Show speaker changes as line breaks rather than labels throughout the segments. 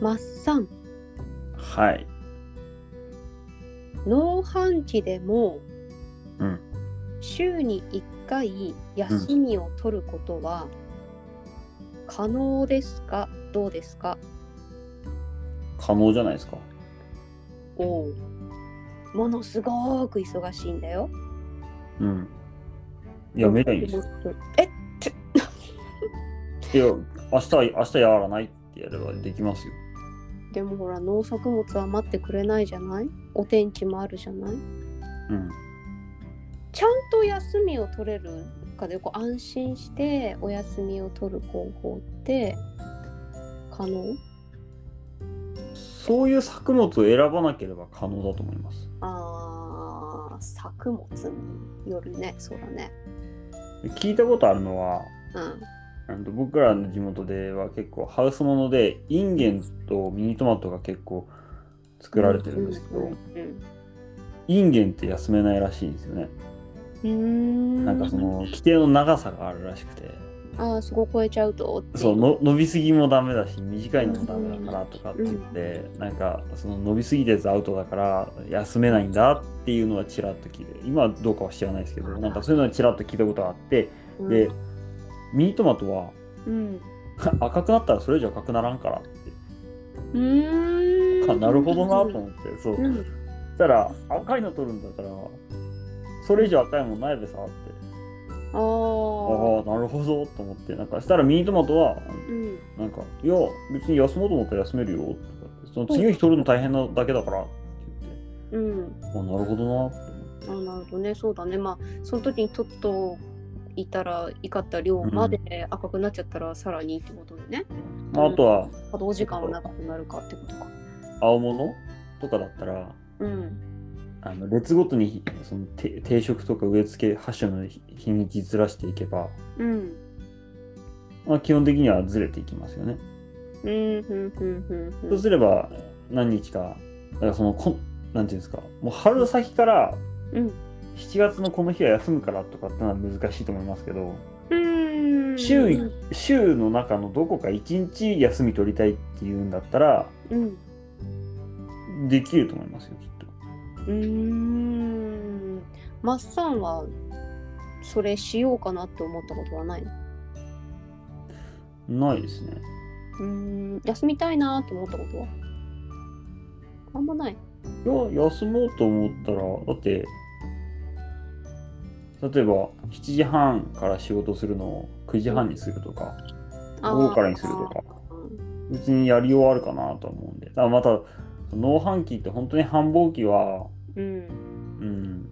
マッサン
はい。
農繁期でも
うん。
週に1回休みを取ることは可能ですか、どうですか
可能じゃないですか。
おうものすごく忙しいんだよ。
うん。やめりゃいいんですよ。
え
いや、明日は、明日やらないってやればできますよ。
でもほら農作物は待ってくれないじゃないお天気もあるじゃない
うん。
ちゃんと休みを取れるかでこう安心してお休みを取る方法って可能
そういう作物を選ばなければ可能だと思います。
あー作物によるねそうだね
で聞いたことあるのは、
うん
あの僕らの地元では結構ハウスものでインゲンとミニトマトが結構作られてるんですけど、
うんうん
インゲンって休めないらしいんですよね、
うーん
なんかその規定の長さがあるらしくて
ああそこ超えちゃうとってい
そうの伸びすぎもダメだし短いのもダメだからとかって言って、なんかその伸びすぎたやつアウトだから休めないんだっていうのはちらっと聞いて今はどうかは知らないですけどなんかそういうのはちらっと聞いたことがあって
うん
でミニトマトは
うん
赤くなったらそれ以上赤くならんからって
うーん
あなるほどなと思ってそう
うん
そしたら赤いの取るんだからそれ以上赤いもんないべさって
ああ
ああなるほどと思ってなんかしたらミニトマトは
うん
なんか「いや別に休もうと思ったら休めるよ」とかってその次の日取るの大変なだけだから」って
うん
言って「あなるほどな」って
あなるほどねそうだねまあその時に取っといたらいかった量まで赤くなっちゃったらさらにってことでね、
まあ、あとは
稼働時間は長くなるかってことか
青物とかだったら
うん
あの列ごとにそのて定食とか植え付け発種の日日にちずらしていけば、
うん
まあ、基本的にはずれていきますよね。
うんふんふんふんふん
そうすれば何日かだからそのこんなんていうんですかもう春先から
うん
7月のこの日は休むからとかってのは難しいと思いますけど
うん
週い週の中のどこか1日休み取りたいっていうんだったら
うん
できると思いますよきっと。
うーんマッサンはそれしようかなって思ったことはないの
ないですね。
うーん休みたいなって思ったことはあんまない
いや休もうと思ったらだって例えば7時半から仕事するのを9時半にするとか
あー
午後からにするとかうちにやりようあるかなと思うんでだからまた農繁期って本当に繁忙期は
うん
うん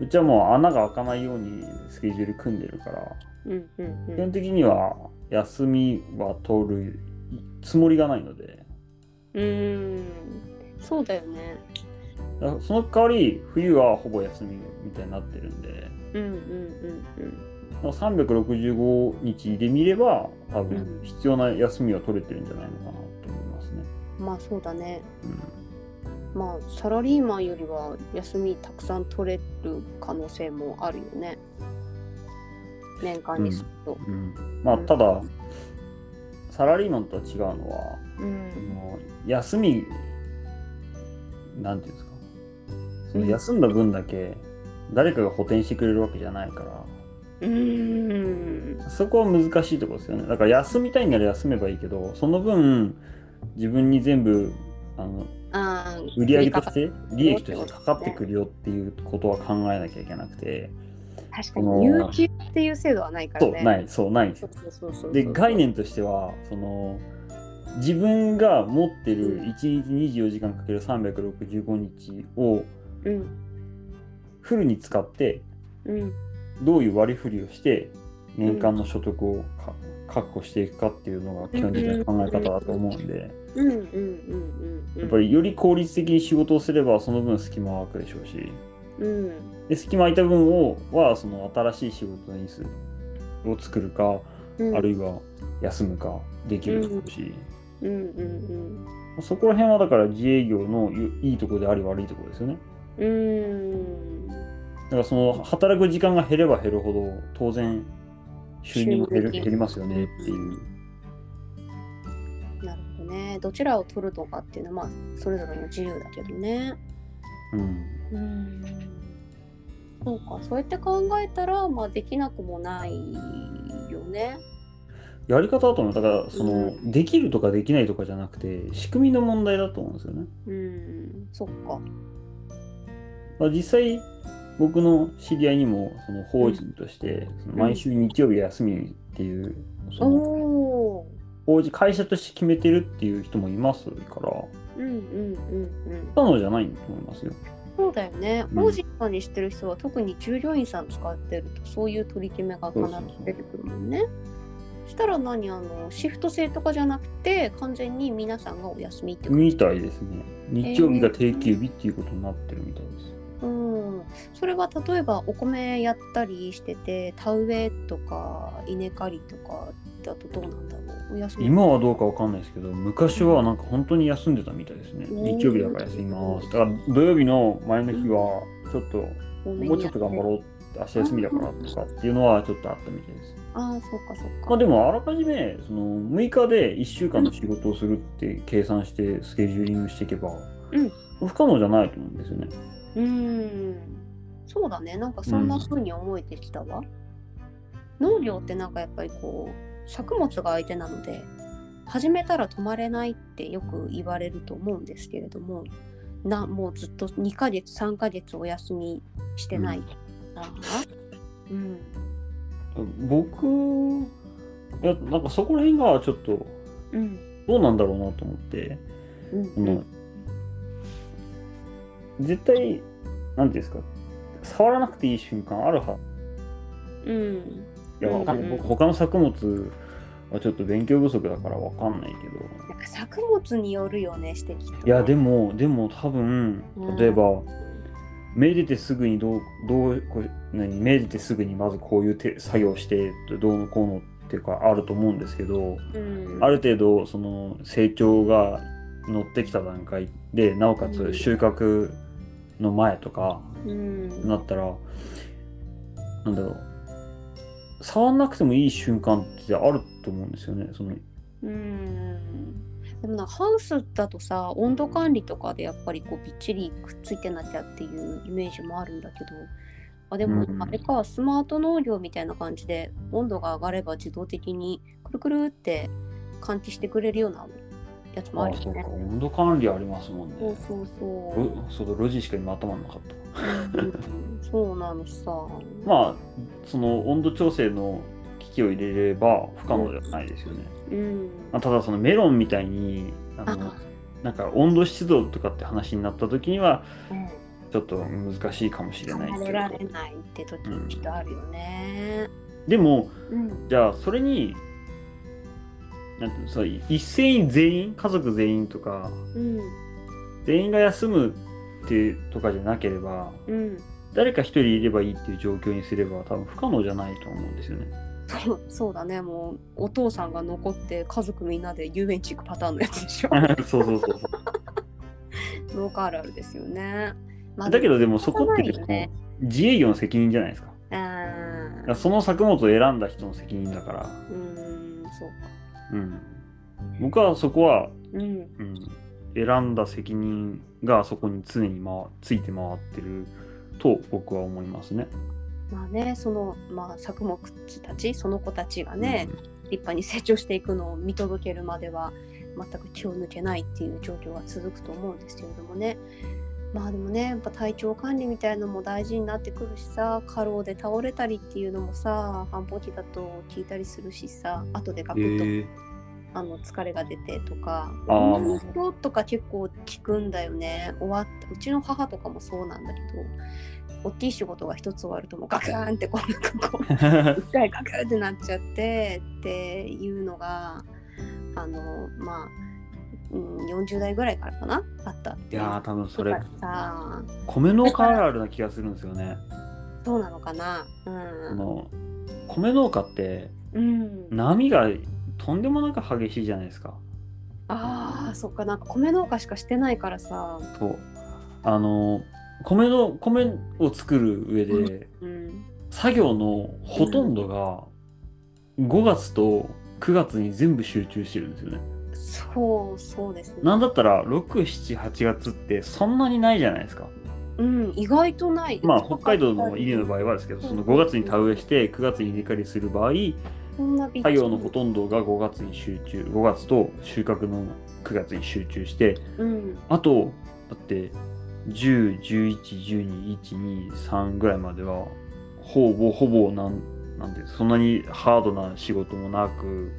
うちはもう穴が開かないようにスケジュール組んでるから
うんうんう
基
ん
本的には休みは取るつもりがないので
うーんそうだよね
だからその代わり冬はほぼ休みみたいになってるんで
うんうんうん
だから365日で見れば多分
うん
必要な休みは取れてるんじゃないのかなと思いますね。
うんまあそうだね
うん
まあサラリーマンよりは休みたくさん取れる可能性もあるよね年間にすると
うんまあただサラリーマンとは違うのは
う
そ
ん
の休みなんていうんですかその
うん
休んだ分だけ誰かが補填してくれるわけじゃないから。
うーん
そこは難しいところですよね。だから休みたいなら休めばいいけど、その分、自分に全部あの
あー
売り上げとして、利益としてかかってくるよっていうことは考えなきゃいけなくて、
確か
その
に有給っていう制度はないから
そ
ね
う、ない、そう、ないんで
そ
すよ
う。そうそうそう
で、概念としては、その、自分が持って
う
る
ん
1日24時間かける365日を
うん
フルに使って、
うん
どういう割り振りをして、年間の所得をか確保していくかっていうのが基本的な考え方だと思うんで。
うんうんうんうん
やっぱりより効率的に仕事をすればその分隙間は空くでしょうし
うん
で隙間空いた分をはその新しい仕事の椅子を作るか、
うん
あるいは休むかできるでしょうし、
うんうん
そこら辺はだから自営業のゆいいところであり悪いところですよね
うんうん
だからその働く時間が減れば減るほど当然収入も減る
収入
減りますよねっていう
なるほどねどちらを取るとかっていうのはまあそれぞれの自由だけどね
うん
うんそうかそうやって考えたらまあできなくもないよね
やり方だと思うだからその、
う
できるとかできないとかじゃなくて仕組みの問題だと思うんですよね。
うんそっか
まあ、実際僕の知り合いにもその法人として、その毎週日曜日休みっていうその
おお
法人会社として決めてるっていう人もいますから
うんうんうんうん
たのじゃないと思いますよ。
そうだよね
うん
法人さんにしてる人は特に従業員さん使ってるとそういう取り決めが必ず出てくるもんねしたら何あのシフト制とかじゃなくて完全に皆さんがお休みってこと
みたいですね。日曜日が定休日っていうことになってるみたいです。
うん、それは例えばお米やったりしてて田植えとか稲刈りとかだとどうなんだろうお休み
今はどうかわかんないですけど昔はなんか本当に休んでたみたいですね、
うん
日曜日だから休みますだから土曜日の前の日はちょっと、
多めに
もうちょっと頑張ろうって明日休みだからとかっていうのはちょっとあったみたいです
ああそうかそうか、
まあでもあらかじめその6日で1週間の仕事をするって計算してスケジューリングしていけば、
うん
不可能じゃないと思うんですよね
うんそうだねなんかそんな風に思えてきたわ、農業ってなんかやっぱりこう作物が相手なので始めたら止まれないってよく言われると思うんですけれどもなもうずっと2ヶ月3ヶ月お休みしてないな、うん
僕いやなんかそこら辺がちょっと
うん
どうなんだろうなと思って
うん
その絶対なんていうんですか触らなくていい瞬間あるは
うん
いやわかんない、
うんうん
僕他の作物はちょっと勉強不足だからわかんないけど
なんか作物によるよね指摘
いやでもでも多分
うん
例えば、めでてすぐにどうどうこう何めでてすぐにまずこういう手作業してどうのこうのっていうかあると思うんですけど
うん
ある程度その成長が乗ってきた段階でなおか
う
つ
ん
収穫の前とか
うん
なったらなんだろう触んなくてもいい瞬間ってあると思うんですよね。その
うんでもなんかハウスだとさ温度管理とかでやっぱりこうびっちりくっついてなきゃっていうイメージもあるんだけどあでも
うん
あれかスマート農業みたいな感じで温度が上がれば自動的にくるくるって換気してくれるようなやつもある
あそ
よ
うか
ね。
温度管理ありますもんね。
そうそうそう。
うそうだロジしか今頭になかっ
う
た。
んそうなのさ。
まあその温度調整の機器を入れれば不可能ではないですよね、
うん。
まあ、ただそのメロンみたいにあの
あ
なんか温度湿度とかって話になった時には
うん
ちょっと難しいかもしれない
離れ
けど
られないって時
うん
きっとあるよね。
でも
うん。
じゃあそれになんていうのそう一斉に全員家族全員とか
うん。
全員が休むってとかじゃなければ
うん。
誰か一人いればいいっていう状況にすれば多分不可能じゃないと思うんですよ ね。
そうそうだね。もうお父さんが残って家族みんなで遊園地行くパターンのやつでしょ。
そうそうそうそう
農家あるあるですよね。まあ
だけどでも
仕
そ
方
こ
な
って
い
結
よ
構
ね
自営業の責任じゃないですかだ
あ
か
ー
らその作物を選んだ人の責任だから、
うーん、そうか。
うん、僕はそこは、
うん。
うん、選んだ責任がそこに常に回ついて回ってると僕は思いますね。
まあね、その、まあ、作物たち、その子たちがね、立派に成長していくのを見届けるまでは全く気を抜けないっていう状況が続くと思うんですけれどもねまあでもねやっぱ体調管理みたいのも大事になってくるしさ過労で倒れたりっていうのもさ繁忙期だと聞いたりするしさ後でガ
う
ク
ん
ッと、
え
あの疲れが出てとか
あー
運動とか結構効くんだよね終わったうちの母とかもそうなんだけど大きい仕事が一つ終わるともうガクーンってこうなんかこう
ー
一回ガクってなっちゃってっていうのがあのまあ、うん、40代ぐらいからかなあったって
いやー多分そ
だ
れ
からさ
米農家あるあるな気がするんですよね。
そうなのかなう
あ
ん
の米農家って
うん、
波がとんでもなく激しいじゃないですか。
あーそっかなんか米農家しかしてないからさ、
そうあの米の米を作る上で、
うん、
作業のほとんどが5月と9月に全部集中してるんですよね。
そうそうですね
なんだったら678月ってそんなにないじゃないですか
うん意外とない
まあ北海道の稲の場合はですけどその5月に田植えして9月に稲刈りする場合
こんなびっく
作
り
業のほとんどが5月に集中5月と収穫の9月に集中して
うん
あとだって1011121213ぐらいまではほぼほぼなんなんていうそんなにハードな仕事もなく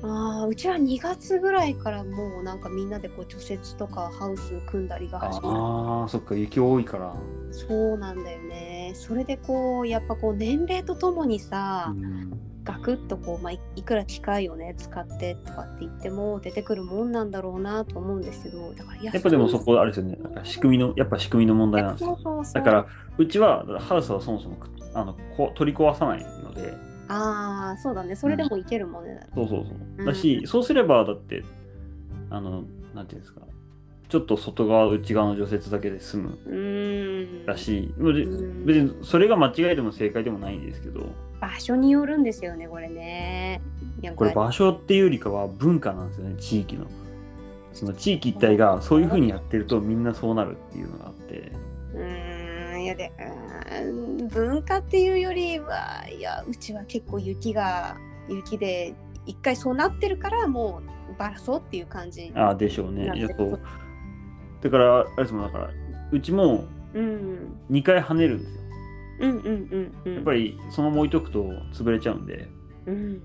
ああうちは2月ぐらいからもうなんかみんなでこう除雪とかハウス組んだりが
あ
始まる
あーそっか雪多いから、
そうなんだよねそれでこうやっぱこう年齢とともにさ、
うん
ガクッとこう、まあ、いいくら機械をね使ってとかって言っても出てくるもんなんだろうなと思うんですけどだからや
やっぱでもそこあれですよねなんか仕組みのやっぱ仕組みの問題なんです
そう
よ
そうそう
だからうちはハウスはそもそもくあのこ取り壊さないので
ああそうだねそれでもいけるもんね、
そうそう
う
そ
ん
う。だし、そうすれば、だって、あの、なんていうんですか、ちょっと外側、内側の除雪だけで済む
うーん
だし、もうで
うん
別にそれが間違いでも正解でもないんですけど、
場所によるんですよねこれねやっぱ
これ場所っていうよりかは文化なんですよね、地域の。その地域一体がそういうふうにやってるとみんなそうなるっていうのがあって、
うーんいやでうーん文化っていうよりはいやうちは結構雪が雪で一回そうなってるからもうバラそうっていう感じ
ああ、でしょうね
な。る
いや
ほ
そ
ど
うだから、あれですもん、だから、うちも
うん
2回跳ねるんですよ。
うんうんうんうん
やっぱりそのまま置いとくと潰れちゃうんで、
うん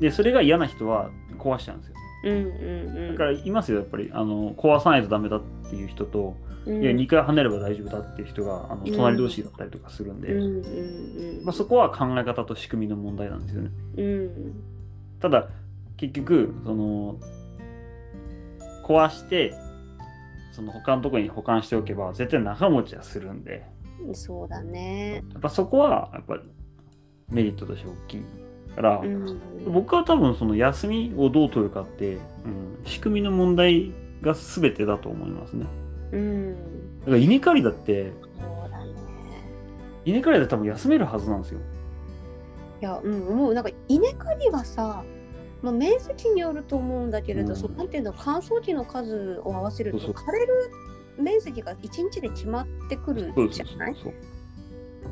で、それが嫌な人は壊しちゃうんですよ。
うんうんうん
だからいますよ、やっぱりあの壊さないとダメだっていう人と、
うん
いや2回跳ねれば大丈夫だっていう人があの
うん
隣同士だったりとかするんで、
うんうんうん
まあ、そこは考え方と仕組みの問題なんですよね。
うん
ただ結局その壊してその他のところに保管しておけば絶対長持ちはするんで
そうだね
やっぱそこはやっぱメリットとして大きいから、
うん
僕は多分その休みをどう取るかって、うん、仕組みの問題が全てだと思いますね。
うん
だから稲刈りだって
そうだね
稲刈りだって多分休めるはずなんですよ。
いや、うん、思う、なんか稲刈りはさ。まあ、面積によると思うんだけれど、
うん
そのなんていうの、乾燥機の数を合わせると、
そうそう
枯れる。面積が一日で決まってくるじゃない。
そう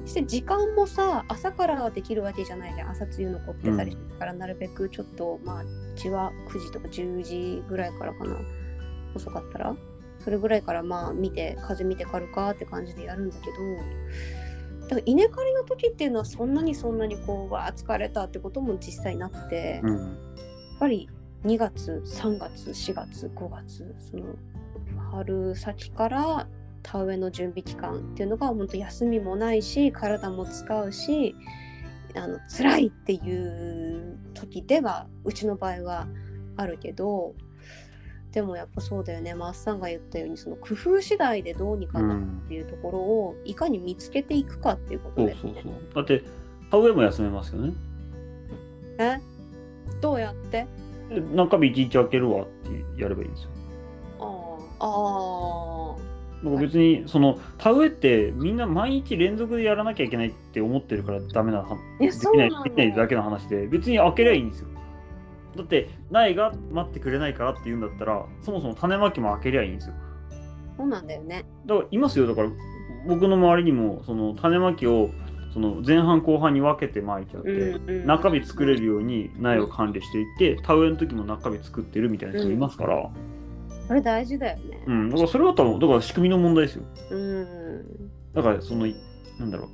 して時間もさ、朝からはできるわけじゃないじゃん、朝露残ってたりするから、なるべくちょっと、まあ、うちは9時とか10時ぐらいからかな。遅かったら、それぐらいから、まあ、見て、風見て刈るかって感じでやるんだけど。だから稲刈りの時っていうのはそんなにそんなにこうわあ疲れたってことも実際なくて、
う
やっ
ん。
ぱり2月3月4月5月その春先から田植えの準備期間っていうのが本当休みもないし体も使うしあの辛いっていう時ではうちの場合はあるけどでもやっぱそうだよねマッサンが言ったようにその工夫次第でどうにか
う
なるっ
ん
ていうところをいかに見つけていくかっていうこ
そ
と
う
で
そうそう。だって田植えも休めますよね。
えどうやって
で中日一日空けるわってやればいいんですよ。
あーあ
僕別にその田植えってみんな毎日連続でやらなきゃいけないって思ってるからダメなはい
や
できない
そうなの
できないだけの話で別に開けりゃいいんですよ。だって苗が待ってくれないからって言うんだったらそもそも種まきも開けりゃいいんですよ。
ーそうなんだよね
だからいますよだから僕の周りにもその種まきをその前半後半に分けてまいちゃって、
うん
中日作れるように苗を管理していって田植えの時も中日作ってるみたいな人いますから、
それ大事だよね
うんだからそれは多分だから仕組みの問題ですよ
うん
だからそのなんだろう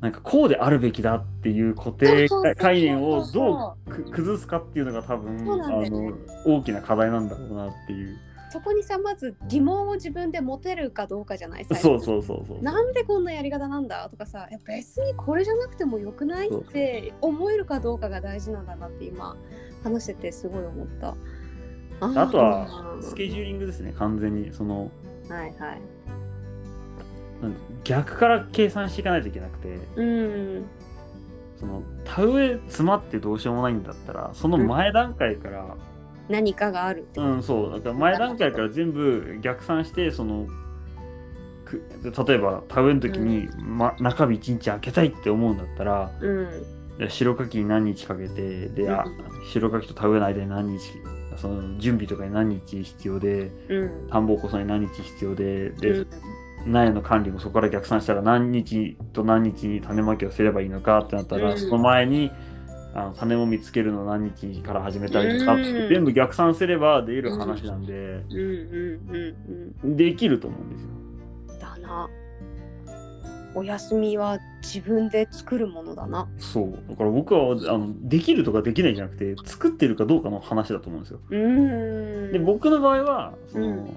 なんかこうであるべきだっていう固
そう
定
そうそうそう
概念をどうく崩すかっていうのが多分、
そうなんだよ
あ
ね
の大きな課題なんだろうなっていう
そこにさまず疑問を自分で持てるかどうかじゃない最初
そうそうそうそう
なんでこんなやり方なんだとかさいや別にこれじゃなくてもよくない
そ
っ
うそう
て思えるかどうかが大事なんだなって今話しててすごい思ったー
あとはスケジューリングですね完全にその
はいはい
なんて逆から計算していかないといけなくて
うん
その田植え詰まってどうしようもないんだったらその前段階から
何かがあるって
うん、そうだから前段階から全部逆算してそのく例えば田植えの時に、ま、中日一日開けたいって思うんだったら
うん
白柿に何日かけてであ
う
白柿と田植えの間に何日その準備とかに何日必要で
うん
田んぼを起こすのに何日必要でで、
うん
苗の管理もそこから逆算したら何日と何日に種まきをすればいいのかってなった
う
ら、
ん
その前にあの種も見つけるの何日から始めたりとか、
うん
全部逆算すれば出る話なんで、
うんうんうん
できると思うんですよ。
うんだなお休みは自分で作るものだな
そうだから僕はあのできるとかできないじゃなくて作ってるかどうかの話だと思うんですよ。
うん
で僕の場合はその、
うん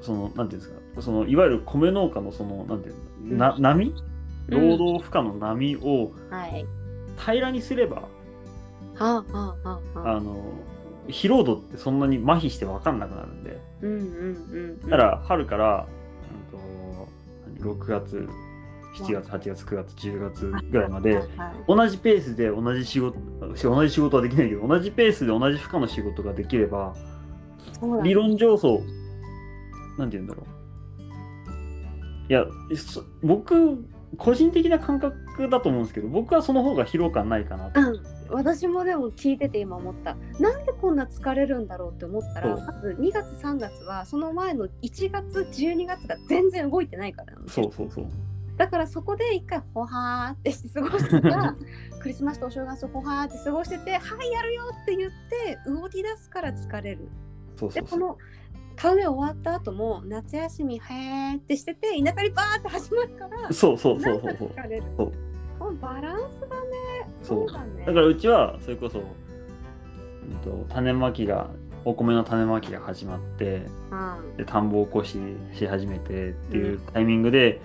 そのなんていうんですかそのいわゆる米農家のそのなんていうの
う
な波
うん
労働負荷の波を
はい
平らにすれば、
はあはあはあはあ
あの疲労度ってそんなに麻痺して分かんなくなるんで
うんうんうんうん
だから春から、うん、と6月7月8月9月10月ぐらいまで
はいはい
同じペースで同じ仕事同じ仕事はできないけど同じペースで同じ負荷の仕事ができれば
そうだ
理論上そうなんて言うんだろういやそ僕個人的な感覚だと思うんですけど僕はその方が疲労感ないかなと
うん私もでも聞いてて今思ったなんでこんな疲れるんだろうって思ったら
そう
まず2月3月はその前の1月12月が全然動いてないからなんです
そ
よ
うそうそう
だからそこで一回ほはーってして過ごしてた らクリスマスとお正月をほはーって過ごしててはいやるよって言って動き出すから疲れる
そうそ
で
う
こ
そう
の田植え終わった後も夏休みへーってしてて稲刈りバーって始まるから
そうそうそ
な
うん
か
そうそう
疲れる
そう
このバランスがね
そう
だね
だからうちはそれこそ、うん、と種まきがお米の種まきが始まって
うん
で田んぼを起こしし始めてっていうタイミングで、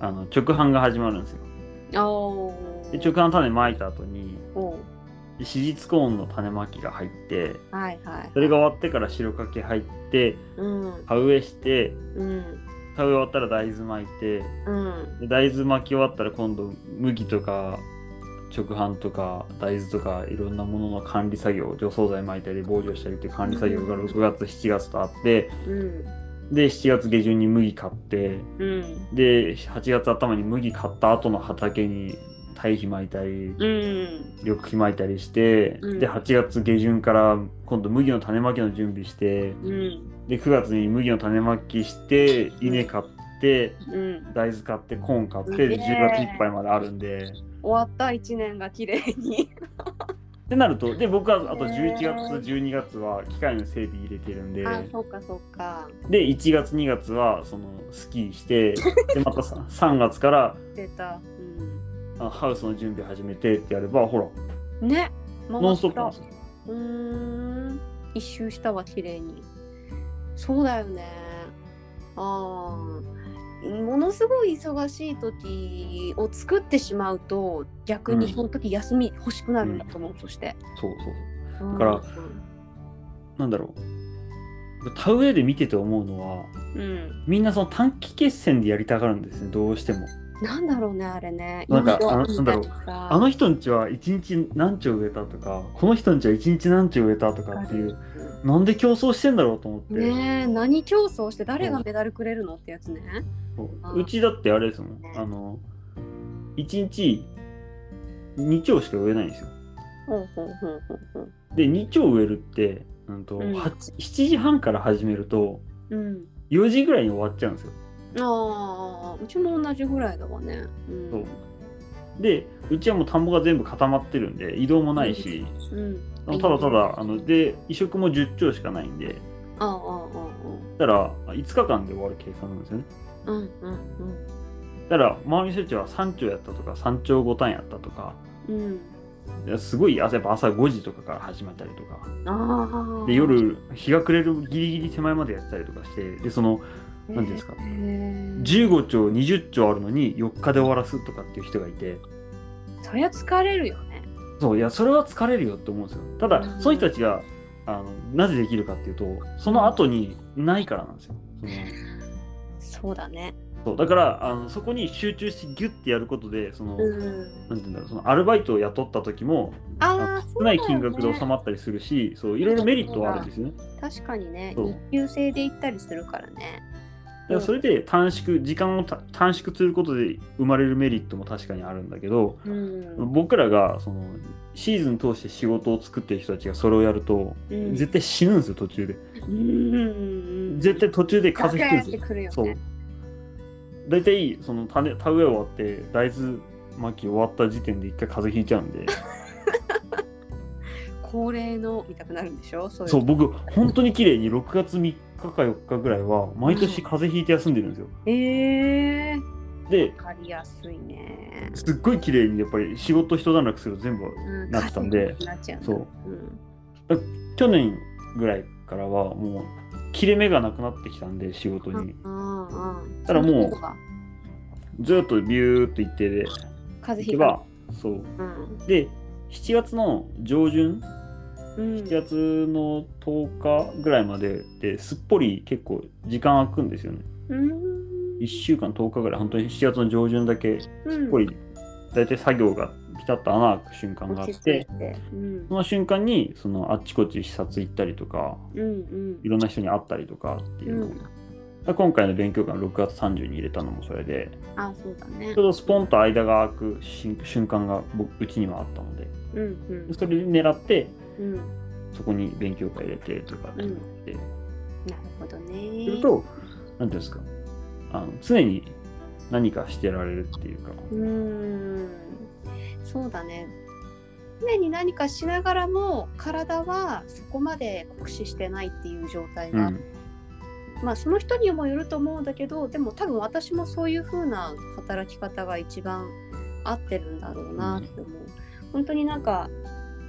あの直販が始まるんですよ
お
で
ー
直販種まいた後に
おう
手術コーンの種まきが入って
はいはい
それが終わってから白かけ入って
うん
田植えして
うん
田植え終わったら大豆巻いて
うん
で大豆巻き終わったら今度麦とか直販とか大豆とかいろんなものの管理作業除草剤巻いたり防除したりっていう管理作業が6月7月とあって
うん
で7月下旬に麦買って
うん
で8月頭に麦買った後の畑に堆肥巻いたり
うん
緑肥巻いたりして、
うん
で8月下旬から今度麦の種まきの準備して
うん
で9月に麦の種まきして稲買って
うん
大豆買ってコーン買ってで
ね
10月いっぱいまであるんで。
終わった一年が綺麗に
ってなるとで僕はあと
ね
11月12月は機械の整備入れてるんで
あそうかそうか
で1月2月はそのスキーしてでまたさ 3月から
出た、
あハウスの準備始めてってやればほら
うん、ね回
ノンストップなんですよ
うーん一周したわ綺麗にそうだよねあーものすごい忙しい時を作ってしまうと逆
う
に
ん
その時休み欲しくなるんだと思う、そして
そうそう
だ
からなんだろう田植えで見てて思うのは
うん、
みんなその短期決戦でやりたがるんですねどうしても
なんだろうねあれね
なんか
色々
あのなんだろう
見たりさ
あの人んちは1日何丁植えたとかこの人んちは1日何丁植えたとかっていうなんで競争してんだろうと思って、
ねえ何競争して誰がメダルくれるのってやつね
そううちだってあれですもんあの1日2丁しか植えないんですよ
ほうほうほうほうほう
で2丁植えるって、うんと
うん
はち7時半から始めると
うん
4時ぐらいに終わっちゃうんですよ
ああうちも同じぐらいだわね。うん、
そうでうちはもう田んぼが全部固まってるんで移動もないし、
うん、
あのただただあので移植も10丁しかないんで
ああああ
だから5日間で終わる計算なんですよね
ああうんうん
だから周りの人たちは3丁やったとか3丁5単やったとか
うん
いやすごい朝やっぱ朝5時とかから始まったりとか
うんああ
で夜日が暮れるギリギリ手前までやってたりとかしてでそのなんていうんですか
へえ
15丁20丁あるのに4日で終わらすとかっていう人がいて
そりゃ疲れるよね
そういやそれは疲れるよって思うんですよただ、
うん
その人たちがあのなぜできるかっていうとその後にないからなんですよそ
そ
の
うだね
そうだからあのそこに集中してギュッてやることでその、なんて
うん
言うんだろうそのアルバイトを雇った時も
ああそ
少
う
な
だ
い
よね
金額で収まったりするしそういろいろメリットはあるんですよね
確かにね
そう
日給制で行ったりするからね
だからそれで短縮時間をた短縮することで生まれるメリットも確かにあるんだけど、
うん
僕らがそのシーズン通して仕事を作ってる人たちがそれをやると、
うん
絶対死ぬんですよ途中で
うん
絶対途中で風邪ひくん
ガク
で
ンって
す
くるよね
そう大体その種田植え終わって大豆巻き終わった時点で一回風邪ひいちゃうんで
恒例の見たくなるんでしょそういう
そう僕本当に綺麗に6月3日か4日ぐらいは毎年風邪ひいて休んでるんですよ
ええ
で
わかりやすいね
すっごい綺麗にやっぱり仕事一段落すると全部
うん
なってたんで
なっちゃうんだ
そう
うん
去年ぐらいからはもう切れ目がなくなってきたんで仕事に
ああああ
ただもう
そうか
ずっとビューっと一定で
風邪
い
ひ
け
いた
ばそう
うん
で7月の上旬
うん
7月の10日ぐらいまでですっぽり結構時間空くんですよね
うん
1週間10日ぐらい本当に7月の上旬だけすっぽり大体作業がピタッと穴開く瞬間があっ
落ち着い
て
てうん
その瞬間にそのあっちこっち視察行ったりとか
うんうん
いろんな人に会ったりとかっていうのを、
うん
だから今回の勉強会の6月30に入れたのもそれで
あそうだね
ちょうどスポンと間が空く瞬瞬間が僕うちにはあったので
うん
それで狙って
うんうん
そこに勉強会入れてとかってなって、
なるほど
する
ね
と何ていうんですかあの常に何かしてられるっていうか、
うーんそうだね常に何かしながらも体はそこまで酷使してないっていう状態
うん
が、まあその人にもよると思うんだけどでも多分私もそういう風な働き方が一番合ってるんだろうなって思う、本当になんか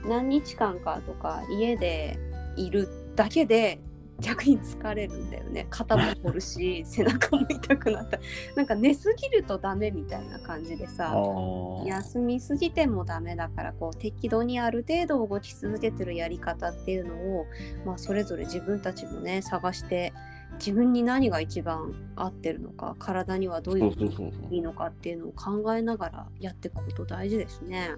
何日間かとか家でいるだけで逆に疲れるんだよね肩も凝るし背中も痛くなったなんか寝すぎるとダメみたいな感じでさ
あー
休みすぎてもダメだからこう適度にある程度動き続けてるやり方っていうのを、まあ、それぞれ自分たちもね探して自分に何が一番合ってるのか体にはどうい
そうう
の
そう
が
そうそう
いいのかっていうのを考えながらやっていくこと大事ですね。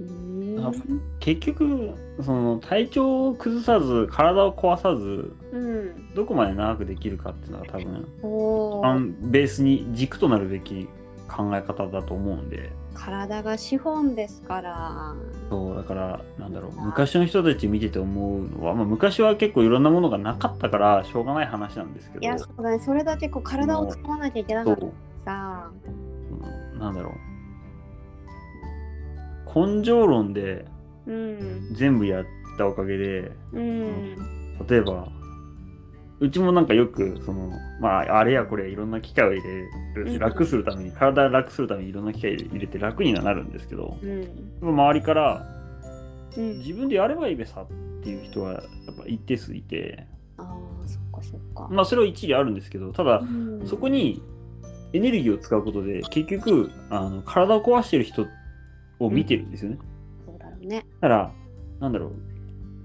うー
あ
ん
結局その体調を崩さず体を壊さず
うん、
どこまで長くできるかっていうのが多分
お
あ
ー
んベースに軸となるべき考え方だと思うんで
体が資本ですから。
そうだからなんだろう昔の人たち見てて思うのは、まあ、昔は結構いろんなものがなかったからしょうがない話なんですけ
いや
ど
そうだね、それだけこう体を使わなきゃいけな
そ
かった
う
さ。
うんなんだろう根性論で
うん、
全部やったおかげで
うん、
例えばうちもなんかよくそのまああれやこれやいろんな機械を入れ
うん
る楽するために体を楽するためにいろんな機械入れて楽にはなるんですけど
うん、
周りから
うん。
自分でやればいいべさっていう人はやっぱ一定数いて
ああそっかそっか。
まあそれは一理あるんですけどただ
うん
そこにエネルギーを使うことで結局あの体を壊してる人を見てるんですよね。
そうだろうね。
だからなんだろう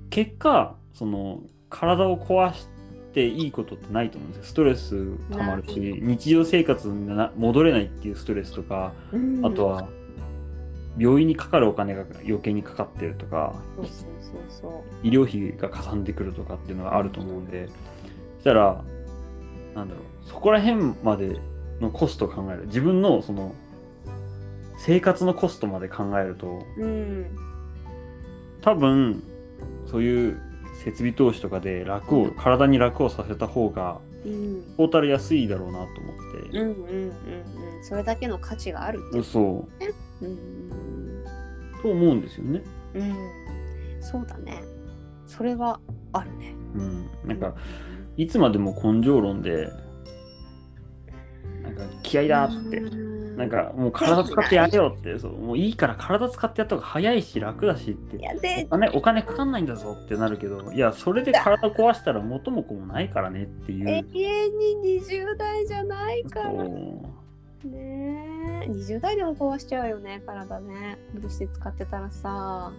結果その体を壊していいことってないと思うんですよストレスたまるし
な
日常生活にな戻れないっていうストレスとかあと
は。
は病院にかかるお金が余計にかかってるとか
そうそうそうそ
医療費がかさんでくるとかっていうのがあると思うんでそしたらなんだろうそこら辺までのコストを考える自分のその生活のコストまで考えると
う。うん。
多分そういう設備投資とかで楽を体に楽をさせた方が
うん。
トータル安いだろうなと思っ
うんう
て、
んうんうん。それだけの価値があるって。
そ
うん。
うと思うんですよね。
うん。そうだね。それはあるね。
うん、なんかいつまでも根性論でなんか気合いだって
な
なん。かもう体使ってやれよってそうもういいから体使ってやった方が早いし楽だしって
いやで
お。金お金かかんないんだぞってなるけどいやそれで体壊したら元も子もないからねってい
永
う。
遠に20代じゃないからね
そう
え20代でも壊しちゃうよね体ね無理して使ってたらさ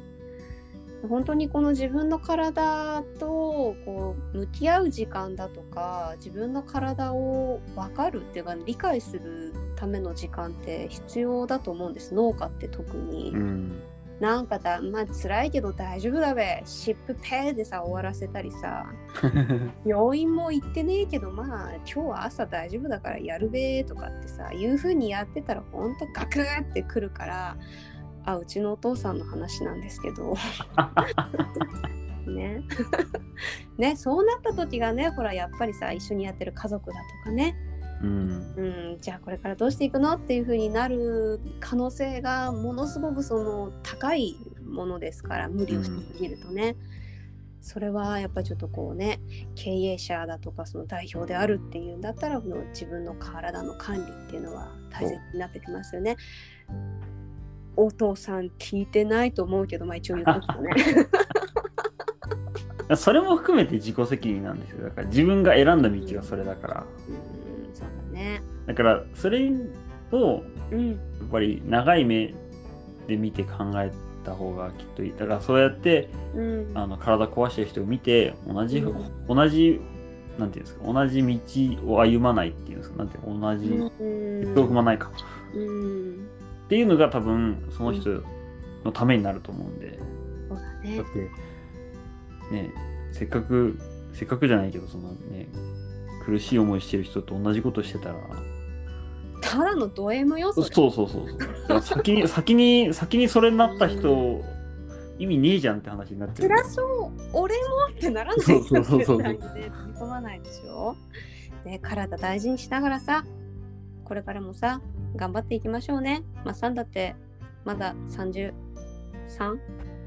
本当にこの自分の体とこう向き合う時間だとか自分の体を分かるっていうか理解するための時間って必要だと思うんです農家って特に、
うん
なんかだまあ辛いけど大丈夫だべシップペーでさ終わらせたりさ病院も行ってねえけどまあ今日は朝大丈夫だからやるべとかってさいう風にやってたらほんとガクってくるからあうちのお父さんの話なんですけどねねそうなった時がねほらやっぱりさ一緒にやってる家族だとかね
うん
うん、じゃあこれからどうしていくのっていうふうになる可能性がものすごくその高いものですから無理をしすぎるとね、それはやっぱちょっとこうね経営者だとかその代表であるっていうんだったらこの自分の体の管理っていうのは大切になってきますよね。お父さん聞いてないと思うけど、まあ、一応言っとくとね。
それも含めて自己責任なんですよだから自分が選んだ道がそれだから
うんそうだね。
だからそれを
うん
やっぱり長い目で見て考えた方がきっといいだからそうやって
うん
あの体壊してる人を見て同じ、
うん
同じなんていうんですか同じ道を歩まないっていうんですかなんていうの同じ道
うん
を踏まないか、
うん
っていうのが多分その人のためになると思うんで、
そうだ
だ
ね
っ。てねせっかくせっかくじゃないけどそのね苦しい思いしてる人と同じことしてたら
ただのド M 要
そ
素
うそうそうそうだから先に 先に先にそれになった人、意味ねえじゃんって話になってる
辛そう俺もってならないよ
そうそうそうそう
絶対にね踏み込まないでしょ、ね、体大事にしながらさこれからもさ頑張っていきましょうねまあさんだってまだ33 4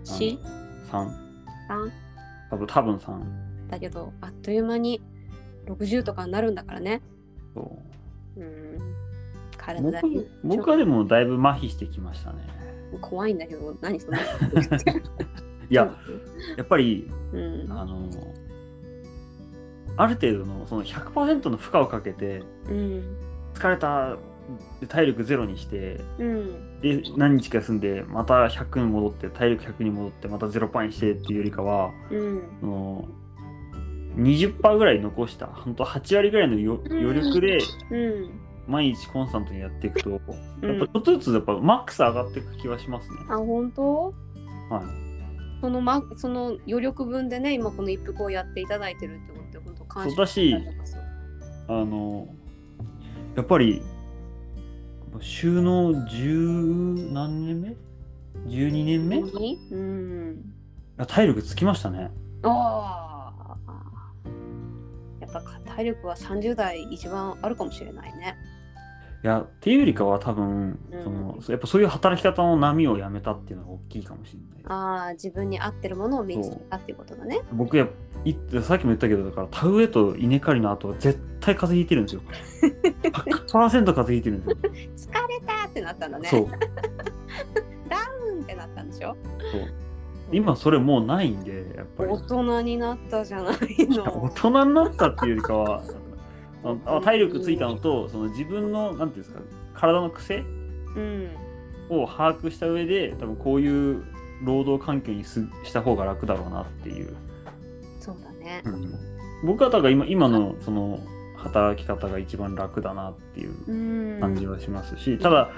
3
3
多分多分3
だけどあっという間に60とかになるんだからね
そう
うん体だけ
僕僕はでもだいぶ麻痺してきましたね
怖いんだけど何そのい
いややっぱり
うん
あのある程度のその100%の負荷をかけて
うん
疲れた体力ゼロにして
うん
で何日か休んでまた100に戻って体力100に戻ってまたゼロパンにしてっていうよりかは
うん
その20%ぐらい残した本当8割ぐらいのよ
うん
余力で
うん
毎日コンスタントにやっていくとやっぱ
う
ち
ん
ょっとずつやっぱマックス上がっていく気はしますね。
あ本当
はい
そのまその余力分でね今この一服をやっていただいてるってことで本当感謝
そうだし
いただいてますよ
あのやっぱり収納十何年目 ?12 年目
本当にうん
あ体力つきましたね。
ああやっぱ体力は30代一番あるかもしれないね
いやっていうよりかは多分、
うん
そのやっぱそういう働き方の波をやめたっていうのが大きいかもしれないです
ああ自分に合ってるものを見つけたっていうことだね
僕やいさっきも言ったけどだから田植えと稲刈りの後は絶対風邪ひいてるんで すよ100%風邪ひいてるんですよ
疲れたってなったんだね
そう
うんってなったんでしょ
そう今それもうないんでやっぱり
大人になったじゃない
大
の
人になったっていうよりかはあ体力ついたのとその自分のなんていうんですか体の癖
うん
を把握した上で多分こういう労働環境にすした方が楽だろうなっていう、
そうだね
僕はだから今今のその働き方が一番楽だなっていう
うん
感じはしますし、ただ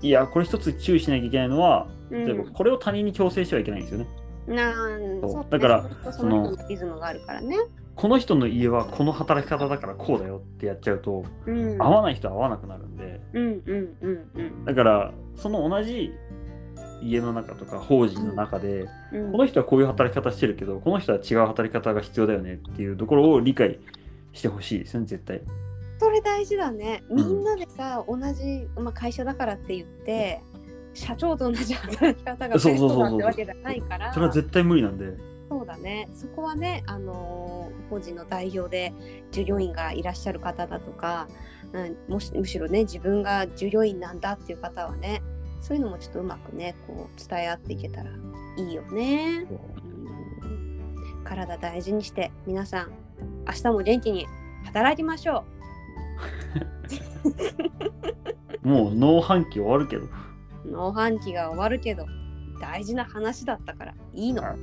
いやこれ一つ注意しなきゃいけないのは
うん
例えばこれを他人に強制してはいけないんですよね。
なん
そう
そう
だから
ねそ
そ
の
の
人のリズムがあるからね
この人の家はこの働き方だからこうだよってやっちゃうと
うん
合わない人は合わなくなるんで。
うんうんうんうん
だからその同じ家の中とか法人の中で、
うん
この人はこういう働き方してるけどこの人は違う働き方が必要だよねっていうところを理解してほしいですね絶対
それ大事だね
ん
みんなでさ、同じ、まあ、会社だからって言って社長と同じ働き方がベ
そう
ス
そうそう
トだ
そう
ってわけじゃないから
それは絶対無理なんで
そうだねそこはね、あのー個人の代表で従業員がいらっしゃる方だとか、うん、もしむしろね自分が従業員なんだっていう方はねそういうのもちょっとうまくねこう伝え合っていけたらいいよね。うん体大事にして皆さん明日も元気に働きましょ
もう農繁期終わるけど
う農繁期が終わるけど大事な話だったからいいの
は
う
い
ん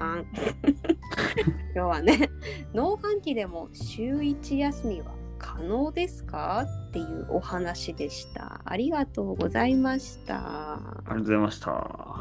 あん 今日はね農繁期でも週1休みは必可能ですかっていうお話でした。ありがとうございました。
ありがとうございました。